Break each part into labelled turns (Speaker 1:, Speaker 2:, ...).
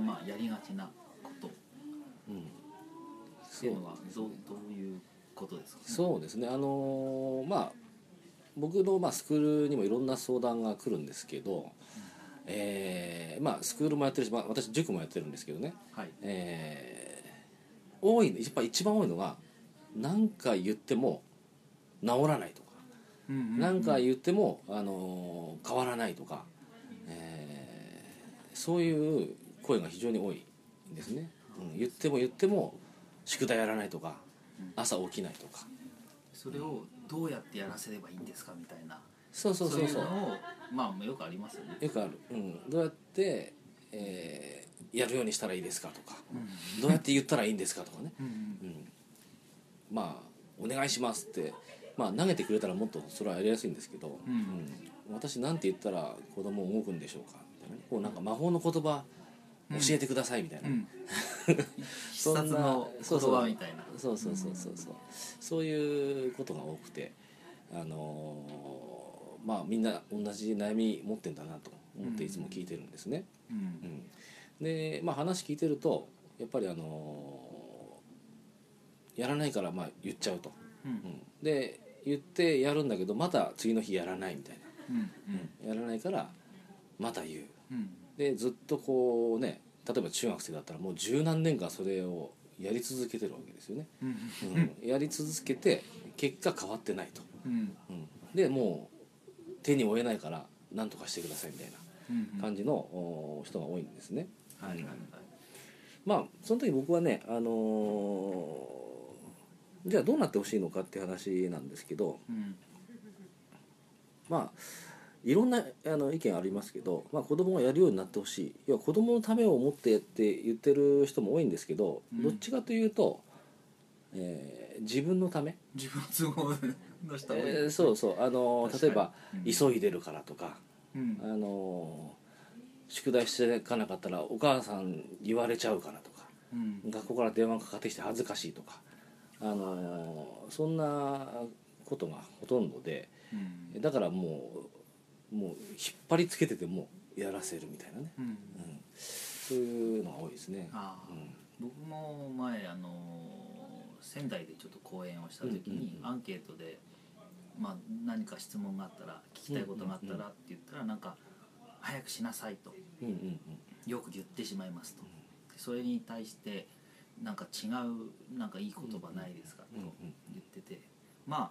Speaker 1: まあやりがちなことっ
Speaker 2: うん
Speaker 1: て
Speaker 2: そ
Speaker 1: いう
Speaker 2: う
Speaker 1: のはどどういうことですかね
Speaker 2: そうですねあのーまあ僕の、まあ、スクールにもいろんな相談が来るんですけど、えーまあ、スクールもやってるし、まあ、私塾もやってるんですけどね、
Speaker 1: はい
Speaker 2: えー多いやっぱ一番多いのが何回言っても治らないとか何回言っても、あのー変わらないとか、えーそういう声が非常に多いんですね、うん、言っても言っても宿題やらないとか朝起きないとか
Speaker 1: それをどうやってやらせればいいんですかみたいな
Speaker 2: そうそうそう
Speaker 1: い
Speaker 2: そうう
Speaker 1: のをまあよくありますよね
Speaker 2: よくある、うん、どうやって、えーやるようにしたらいいですかとかどうやって言ったらいいんですかとかね、うん、まあお願いしますって、まあ、投げてくれたらもっとそれはやりやすいんですけど、
Speaker 1: うん
Speaker 2: うん私なんて言ったら子供動くんでしょうかみたいなねこうなんか魔法の言葉教えてくださいみたいな、
Speaker 1: うん必
Speaker 2: そん
Speaker 1: 殺
Speaker 2: な
Speaker 1: の言葉みたいな
Speaker 2: そうそうそうそうそうそういうことが多くてあのーまあみんな同じ悩み持ってんだなと思っていつも聞いてるんですね。
Speaker 1: う
Speaker 2: うんんで、まあ、話聞いてるとやっぱりあのーやらないからまあ言っちゃうと。
Speaker 1: う
Speaker 2: うんんで言ってやるんだけどまた次の日やらないみたい
Speaker 1: うん
Speaker 2: なやらないからまた言う。
Speaker 1: うん
Speaker 2: でずっとこうね例えば中学生だったらもう十何年間それをやり続けてるわけですよね。
Speaker 1: うん
Speaker 2: うん、やり続けて結果変わってないと、
Speaker 1: うん
Speaker 2: うん、でもう手に負えないから何とかしてくださいみたい
Speaker 1: うん
Speaker 2: な感じの、お人が多いんですね
Speaker 1: はいはいはい
Speaker 2: まあその時僕はねあのーじゃあどうなってほしいのかって話なんですけど
Speaker 1: うん
Speaker 2: まあいろんなあの意見ありますけど、まあ、子供がやるようになってほしい要は子供のためを思ってって言ってる人も多いんですけど、
Speaker 1: うん
Speaker 2: どっちかというと、えー自分のため
Speaker 1: 自分の都合のした方がいい
Speaker 2: えーそうそうあのー
Speaker 1: 確か
Speaker 2: 例え
Speaker 1: に
Speaker 2: ば、
Speaker 1: うん
Speaker 2: 急いでるからとか
Speaker 1: うん
Speaker 2: あのー宿題していかなかったらお母さん言われちゃうからとか
Speaker 1: うん
Speaker 2: 学校から電話かかってきて恥ずかしいとかあのーそんなことがほとんどで
Speaker 1: うん
Speaker 2: だからもうもう引っ張りつけててもやらせるみたいなね、
Speaker 1: うん
Speaker 2: うん、そういうのが多いですね。
Speaker 1: ああ
Speaker 2: うん
Speaker 1: 僕も前あの仙台でちょっと講演をした時
Speaker 2: うんうん
Speaker 1: に
Speaker 2: うん
Speaker 1: アンケートで、まあ、何か質問があったら聞きたいことがあったらって言ったらなんか「早くしなさい」と
Speaker 2: うんうん
Speaker 1: よく言ってしまいますとそれに対してなんか違うなんかいい言葉ないですかと
Speaker 2: うんうんうん
Speaker 1: 言っててまあ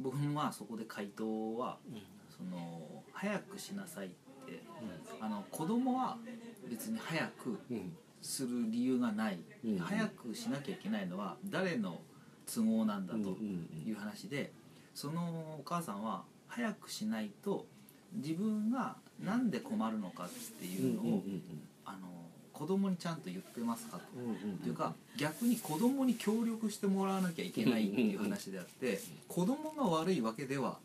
Speaker 1: 僕もまあそこで回答はその「早くしなさい」ってあの子供は別に早く
Speaker 2: うんうん
Speaker 1: する理由がない、
Speaker 2: うん
Speaker 1: 早くしなきゃいけないのは誰の都合なんだ
Speaker 2: うん
Speaker 1: という話で、そのお母さんは早くしないと自分がなんで困るのかって
Speaker 2: うんう
Speaker 1: い
Speaker 2: ん
Speaker 1: うのを、
Speaker 2: うん
Speaker 1: あの子供にちゃんと言ってますかと。
Speaker 2: うんうん、
Speaker 1: というか逆に子供に協力してもらわなきゃいけないっていう話であって子供が悪いわけでは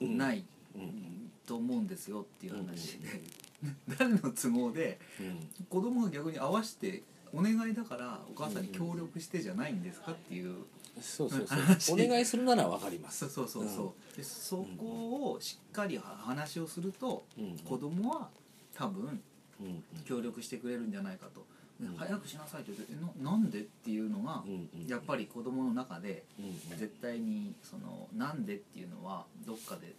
Speaker 1: ないい
Speaker 2: うん
Speaker 1: と思うんですよっていう話で 誰の都合で
Speaker 2: うん
Speaker 1: 子供が逆に合わせてお願いだからお母さんに協力してじゃないんですかっていう
Speaker 2: そうそう そうお願いするならわかります
Speaker 1: そうそうそうそうでそこをしっかり話をすると
Speaker 2: うん
Speaker 1: 子供は多分
Speaker 2: うんうん
Speaker 1: 協力してくれるんじゃないかとで
Speaker 2: うん
Speaker 1: 早くしなさいって言ってえななんでっていうのが
Speaker 2: うんうん
Speaker 1: やっぱり子供の中で
Speaker 2: うんうん
Speaker 1: 絶対にそのなんでっていうのはどっかで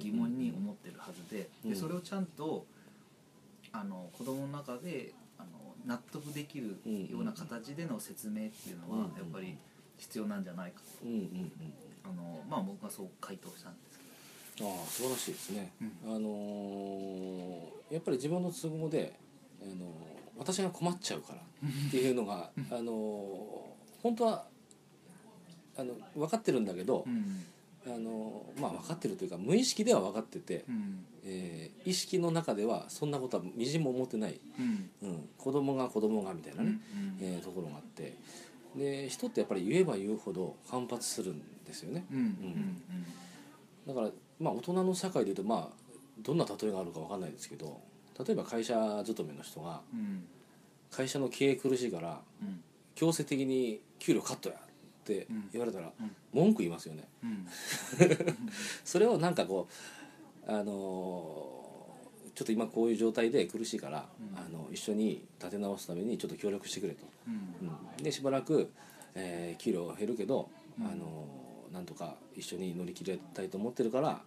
Speaker 1: 疑問に思ってるはずで
Speaker 2: うん
Speaker 1: でそれをちゃんとあの子供の中であの納得できるような形での説明っていうのは
Speaker 2: うん
Speaker 1: やっぱり必要なんじゃないか
Speaker 2: うんうんうん
Speaker 1: とあのまあ僕はそう回答したんですけど。
Speaker 2: ああ素晴らしいですね、
Speaker 1: う
Speaker 2: あのーやっぱり自分の都合で、あのー私が困っちゃうからっていうのが、あのー本当はあの分かってるんだけど、
Speaker 1: うん
Speaker 2: あのーまあ分かってるというか無意識では分かってて、
Speaker 1: うん
Speaker 2: えー意識の中ではそんなことはみじんも思ってない、
Speaker 1: うん
Speaker 2: うん、子供が子供がみたいなね、
Speaker 1: うん
Speaker 2: えーところがあってで人ってやっぱり言えば言うほど反発するんですよね
Speaker 1: うんうん
Speaker 2: だからまあ大人の社会でいうとまあどんな例えがあるかわかんないですけど例えば会社勤めの人が
Speaker 1: うんうん
Speaker 2: 会社の経営苦しいから
Speaker 1: うん
Speaker 2: 強制的に給料カットやって言われたら
Speaker 1: うん
Speaker 2: 文句言いますよね
Speaker 1: うん
Speaker 2: それをなんかこうあのーちょっと今こういう状態で苦しいから、
Speaker 1: うん
Speaker 2: あの一緒に立て直すためにちょっと協力してくれと、
Speaker 1: うん
Speaker 2: うん、でしばらく、えー給料が減るけど、
Speaker 1: うん
Speaker 2: あのなんとか一緒に乗り切れたいと思ってるからあの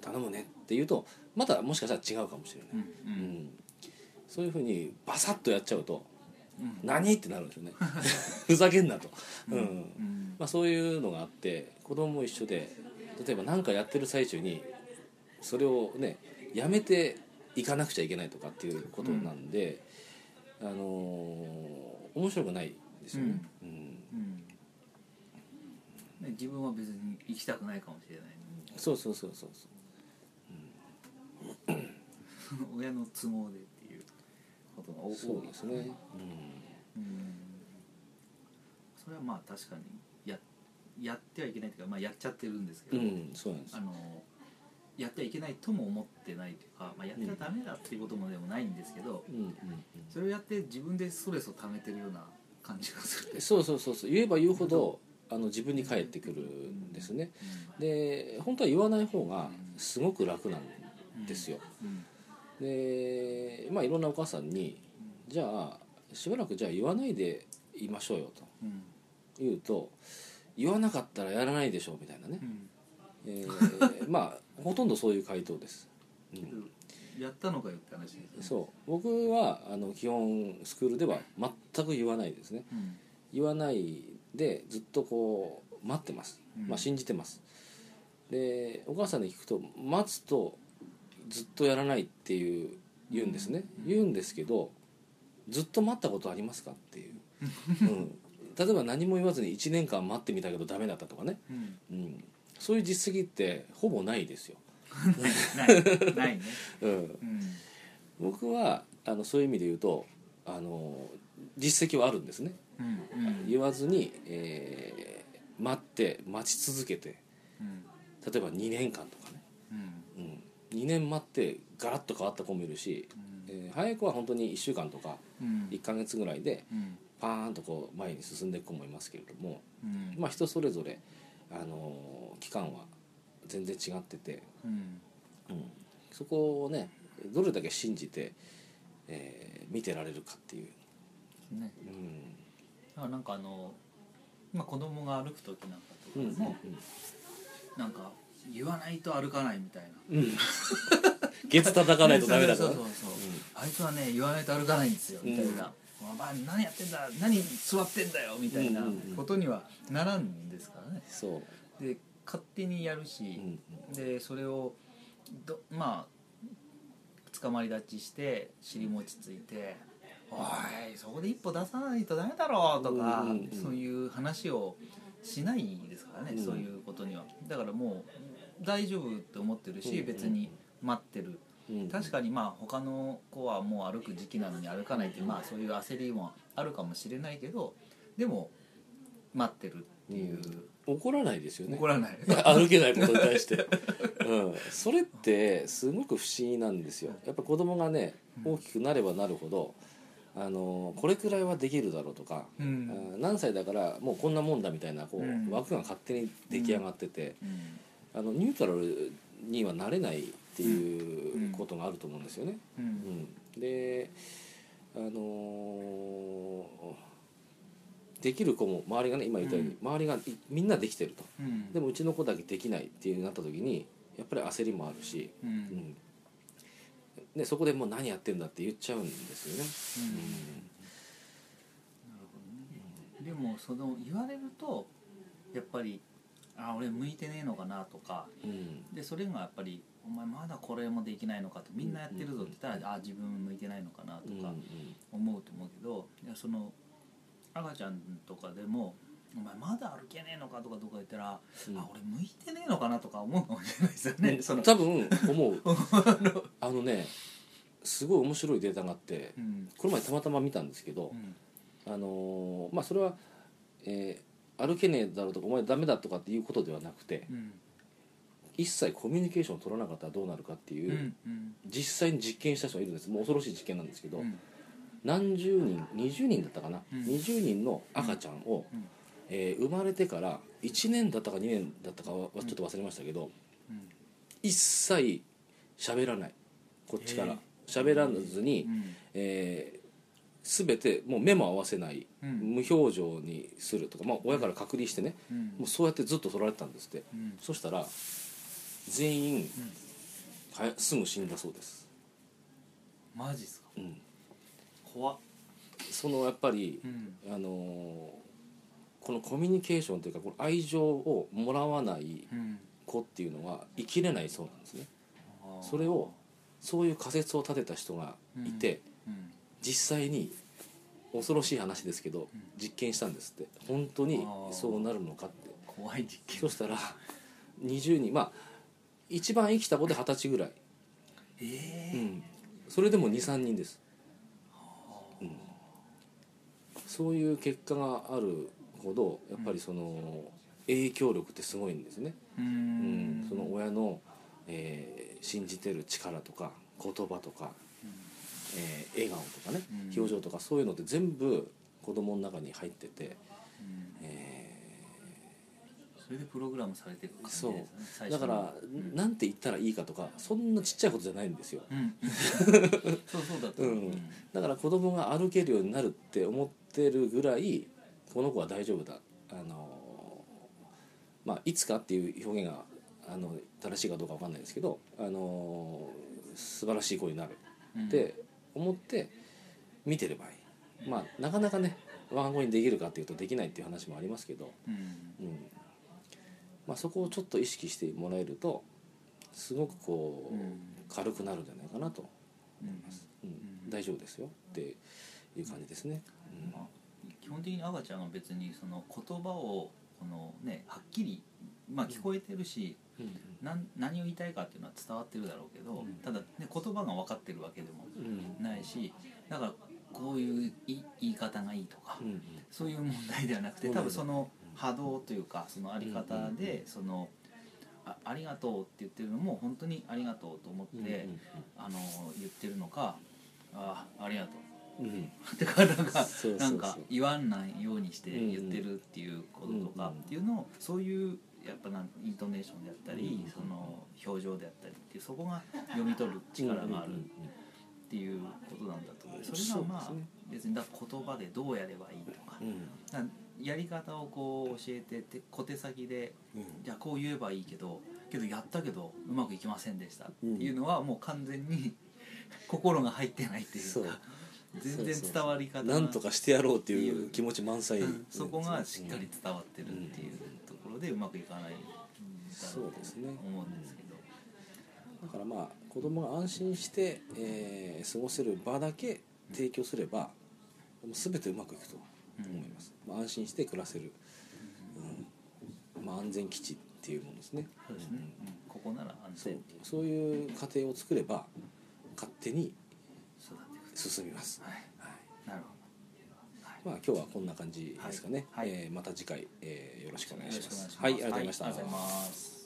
Speaker 2: 頼むねって言うとまたもしかしたら違うかもしれない、
Speaker 1: うんうんう
Speaker 2: うん
Speaker 1: ん
Speaker 2: そういうふうにバサッとやっちゃうと
Speaker 1: うん
Speaker 2: 「何?」ってなるんですよね ふざけんなと、うん
Speaker 1: うん
Speaker 2: まあ、そういうのがあって子供も一緒で例えば何かやってる最中にそれをねやめていかなくちゃいけないとかっていうことなんで、あのー面白くないですよね。うん
Speaker 1: うんね自分は別に行きたくないかもしれない
Speaker 2: そうそうそうそうそう
Speaker 1: 親の都合でっていうことが多い
Speaker 2: そうですね、
Speaker 1: うんそれはまあ確かにややってはいけないというか、まあ、やっちゃってるんですけ
Speaker 2: う
Speaker 1: ど、
Speaker 2: ん、うん、そうなんです
Speaker 1: あのやってはいけないとも思ってないというか、まあ、やってはダメだっていうこともでもないんですけど、
Speaker 2: うんうん
Speaker 1: それをやって自分でストレスを溜めてるような感じがする
Speaker 2: うん、そうそうそうそう言えば言うほどあの自分に返ってくるんですねで本当は言わない方がすごく楽なんですよ、
Speaker 1: うん
Speaker 2: でまあいろんなお母さんに「じゃあしばらくじゃあ言わないでいましょうよ」
Speaker 1: うん
Speaker 2: と言うと「言わなかったらやらないでしょ」みたいなね
Speaker 1: う、ん
Speaker 2: えーまあほとんどそういう回答です、うん
Speaker 1: やったのかよって話ですね
Speaker 2: そう僕はあの基本スクールでは全く言わないですね
Speaker 1: うん
Speaker 2: 言わないでずっとこう待ってます、
Speaker 1: うん
Speaker 2: まあ、信じてますでお母さんに聞くと待つとずっとやらないっていう言うんですね、
Speaker 1: うん
Speaker 2: 言うんですけどずっと待ったことありますかっていう、うん、例えば何も言わずに1年間待ってみたけどダメだったとかね、
Speaker 1: うん
Speaker 2: うん、そういう実績ってほぼないですよ、
Speaker 1: ないないね
Speaker 2: うん、
Speaker 1: うん
Speaker 2: 僕はあのそういう意味で言うとあの実績はあるんですね
Speaker 1: うんうん
Speaker 2: 言わずに、えー待って待ち続けて
Speaker 1: うん
Speaker 2: 例えば2年間とかね、
Speaker 1: うん
Speaker 2: うん、2年待ってガラッと変わった子もいるし、えー早い子は本当に1週間とか
Speaker 1: うん
Speaker 2: 1ヶ月ぐらいで
Speaker 1: うん
Speaker 2: パーンとこう前に進んでいく子もいますけれども、
Speaker 1: うん
Speaker 2: まあ、人それぞれ、あのー期間は全然違ってて、
Speaker 1: うん
Speaker 2: うんそこをねどれだけ信じて、えー見てられるかっていう。
Speaker 1: ね
Speaker 2: うん
Speaker 1: だからなんかあのまあ子供が歩く時なんかとか
Speaker 2: うん
Speaker 1: もなんか言わないと歩かないみたいな
Speaker 2: うんう んゲツ叩かないとダメだから
Speaker 1: そうそうそうあいつはね言わないと歩かないんですよみたいな「お前何やってんだ何座ってんだよ」みたいなことにはならんですからね
Speaker 2: そう
Speaker 1: で勝手にやる
Speaker 2: う
Speaker 1: し、
Speaker 2: ん
Speaker 1: でそれをどまあ捕まり立ちして尻餅ついて「おいそこで一歩出さないとダメだろ」とか、
Speaker 2: うんうんうん
Speaker 1: そういう話をしないですからね、
Speaker 2: うん
Speaker 1: そういうことにはだからもう大丈夫って思ってるし、
Speaker 2: うんうん
Speaker 1: 別に待ってる
Speaker 2: うん
Speaker 1: 確かにまあ他の子はもう歩く時期なのに歩かないっていうまあそういう焦りもあるかもしれないけどでも待ってるっていう、
Speaker 2: 怒らないですよね
Speaker 1: 怒ら ない
Speaker 2: 歩けないことに対 して、うん、それってすごく不思議なんですよやっぱ子供がね
Speaker 1: うん
Speaker 2: 大きくなればなるほどあのこれくらいはできるだろうとか、
Speaker 1: うん
Speaker 2: あ何歳だからもうこんなもんだみたいなこう、
Speaker 1: うん
Speaker 2: 枠が勝手に出来上がってて、
Speaker 1: うん
Speaker 2: あのニュートラルにはなれないっていうことがあると思うんですよね。
Speaker 1: う
Speaker 2: うんん、であのーできる子も周りがね今言ったように、周りがいみんなできてると。
Speaker 1: うん
Speaker 2: でもうちの子だけできないっていうなった時にやっぱり焦りもあるし、
Speaker 1: うん
Speaker 2: うんでそこでもう何やってんだって言っちゃうんですよね。
Speaker 1: うんでもその言われるとやっぱりあ俺向いてねえのかなとか
Speaker 2: うん
Speaker 1: でそれがやっぱり「お前まだこれもできないのか」とみんなやってるぞって言ったら「あ自分向いてないのかな」と
Speaker 2: うんうん
Speaker 1: か思うと思うけどいやその赤ちゃんとかでも「お前まだ歩けねえのか」とかとか言ったら「
Speaker 2: うん
Speaker 1: あ俺向いてねえのかな」とか思うかもしれないですよ
Speaker 2: う
Speaker 1: ね。
Speaker 2: ん
Speaker 1: その
Speaker 2: 多分 思うあのねすごい面白いデータがあって
Speaker 1: うん
Speaker 2: この前たまたま見たんですけど
Speaker 1: う、ん
Speaker 2: あのーまあ、それは、えー歩けねえだろうとかお前ダメだとかっていうことではなくて
Speaker 1: うん
Speaker 2: 一切コミュニケーションを取らなかったらどうなるかっていうう、
Speaker 1: んうん
Speaker 2: 実際に実験した人がいるんですもう恐ろしい実験なんですけど、
Speaker 1: うん
Speaker 2: 何十人20人だったかな、
Speaker 1: うん
Speaker 2: 20人の赤ちゃんを、
Speaker 1: うん
Speaker 2: えー生まれてから1年だったか2年だったかはちょっと忘れましたけど、
Speaker 1: うん
Speaker 2: 一切喋らないこっちから、
Speaker 1: へ
Speaker 2: 喋らずに、
Speaker 1: うん
Speaker 2: えー全てもう目も合わせない、
Speaker 1: うん
Speaker 2: 無表情にするとか、まあ、親から隔離してね、
Speaker 1: うん
Speaker 2: もうそうやってずっと取られてたんですって
Speaker 1: うん
Speaker 2: そしたら全員、はやすぐ死んだそうです、
Speaker 1: マジっすか
Speaker 2: うん、
Speaker 1: 怖っ
Speaker 2: そのやっぱり
Speaker 1: う、ん
Speaker 2: あのーこのコミュニケーションというかこの愛情をもらわない
Speaker 1: うん
Speaker 2: 子っていうのは生きれないそうなんですね
Speaker 1: あー
Speaker 2: それをそういう仮説を立てた人がいて、
Speaker 1: うん
Speaker 2: 実際に恐ろしい話ですけど実験したんですって本当にそうなるのかって
Speaker 1: 怖い実験
Speaker 2: そしたら20人まあ一番生きた子で二十歳ぐらい、う
Speaker 1: ええ
Speaker 2: ん、それでも23人です、うん、そういう結果があるほどやっぱりその影響力ってすごいんですね、
Speaker 1: う
Speaker 2: うん
Speaker 1: ん、
Speaker 2: その親の、えー信じてる力とか言葉とかえー笑顔とかね
Speaker 1: うん
Speaker 2: 表情とかそういうのって全部子供の中に入ってて、
Speaker 1: うん
Speaker 2: え
Speaker 1: それでプログラムされていく感じですね
Speaker 2: ー
Speaker 1: 最
Speaker 2: だ
Speaker 1: 初
Speaker 2: か
Speaker 1: に
Speaker 2: ら、なんて言ったらいいかとかそんなちっちゃいことじゃないんですよ
Speaker 1: うん そうそうだと
Speaker 2: うんだから子供が歩けるようになるって思ってるぐらいこの子は大丈夫だあのーまあいつかっていう表現があの正しいかどうかわかんないですけどあのー素晴らしい子になる
Speaker 1: うん
Speaker 2: って思って見てればいい、まあなかなかね我が子にできるかっていうとできないっていう話もありますけど、
Speaker 1: うん
Speaker 2: うんまあ、そこをちょっと意識してもらえるとすごくこう、
Speaker 1: うん
Speaker 2: 軽くなるんじゃないかなと、
Speaker 1: うん
Speaker 2: うん
Speaker 1: うん
Speaker 2: 大丈夫ですよっていう感じですね。うん
Speaker 1: まあ基本的に赤ちゃんは別にその言葉をこのねはっきりまあ聞こえてるし、なん何を言いたいかっていうのは伝わってるだろうけ
Speaker 2: う
Speaker 1: ど、
Speaker 2: ん
Speaker 1: ただ、ね、言葉が分かってるわけでも
Speaker 2: うんうん
Speaker 1: ないしだからこういうい言い方がいいとか、
Speaker 2: うん
Speaker 1: そういう問題ではなくて
Speaker 2: 問題
Speaker 1: 多
Speaker 2: ない
Speaker 1: 分その波動というかそのあり方
Speaker 2: うんうん
Speaker 1: でそのあありがとうって言ってるのも本当にありがとうと思って、
Speaker 2: うん
Speaker 1: あの言ってるのかあありがとう
Speaker 2: うんうん
Speaker 1: ってかなんか
Speaker 2: そうそうそう
Speaker 1: なんか言わんないようにして言ってるっていうこととかっていうのをそういうやっぱなんイントネーションであったり
Speaker 2: うん
Speaker 1: その表情であったりっていうそこが読み取る力があるっていうことなんだと思うそれがまあ
Speaker 2: そうですね
Speaker 1: 別にだから言葉でどうやればいいとか
Speaker 2: うんうん
Speaker 1: だからやり方をこう教えてて小手先で
Speaker 2: うん
Speaker 1: じゃあこう言えばいいけどけどやったけどうまくいきませんでしたっていうのはもう完全に 心が入ってないっていう
Speaker 2: そう
Speaker 1: か全然伝わり方
Speaker 2: な
Speaker 1: が
Speaker 2: んとかしてやろうっていう気持ち満載、
Speaker 1: うんそこがしっかり伝わってるっていうところでうまくいかないんだ
Speaker 2: そ
Speaker 1: ろ
Speaker 2: う
Speaker 1: う
Speaker 2: ですね
Speaker 1: と思うんですけど
Speaker 2: だからまあ子供が安心して、えー過ごせる場だけ提供すれば、もう全てうまくいくと思います、まあ、安心して暮らせる、うんまあ、安全基地っていうものですね
Speaker 1: そうですね
Speaker 2: うん
Speaker 1: うんここなら安
Speaker 2: そう
Speaker 1: 全っていう
Speaker 2: そういう家庭を作れば勝手に
Speaker 1: 育っていく
Speaker 2: 進みます、
Speaker 1: はい
Speaker 2: はい
Speaker 1: なるほ
Speaker 2: まあ、今日はこんな感じですかね、
Speaker 1: はいはい
Speaker 2: えーまた次回、えーよろしくお願いします
Speaker 1: よろしくお願いします
Speaker 2: はいありがとうございました、
Speaker 1: はいありがとうございます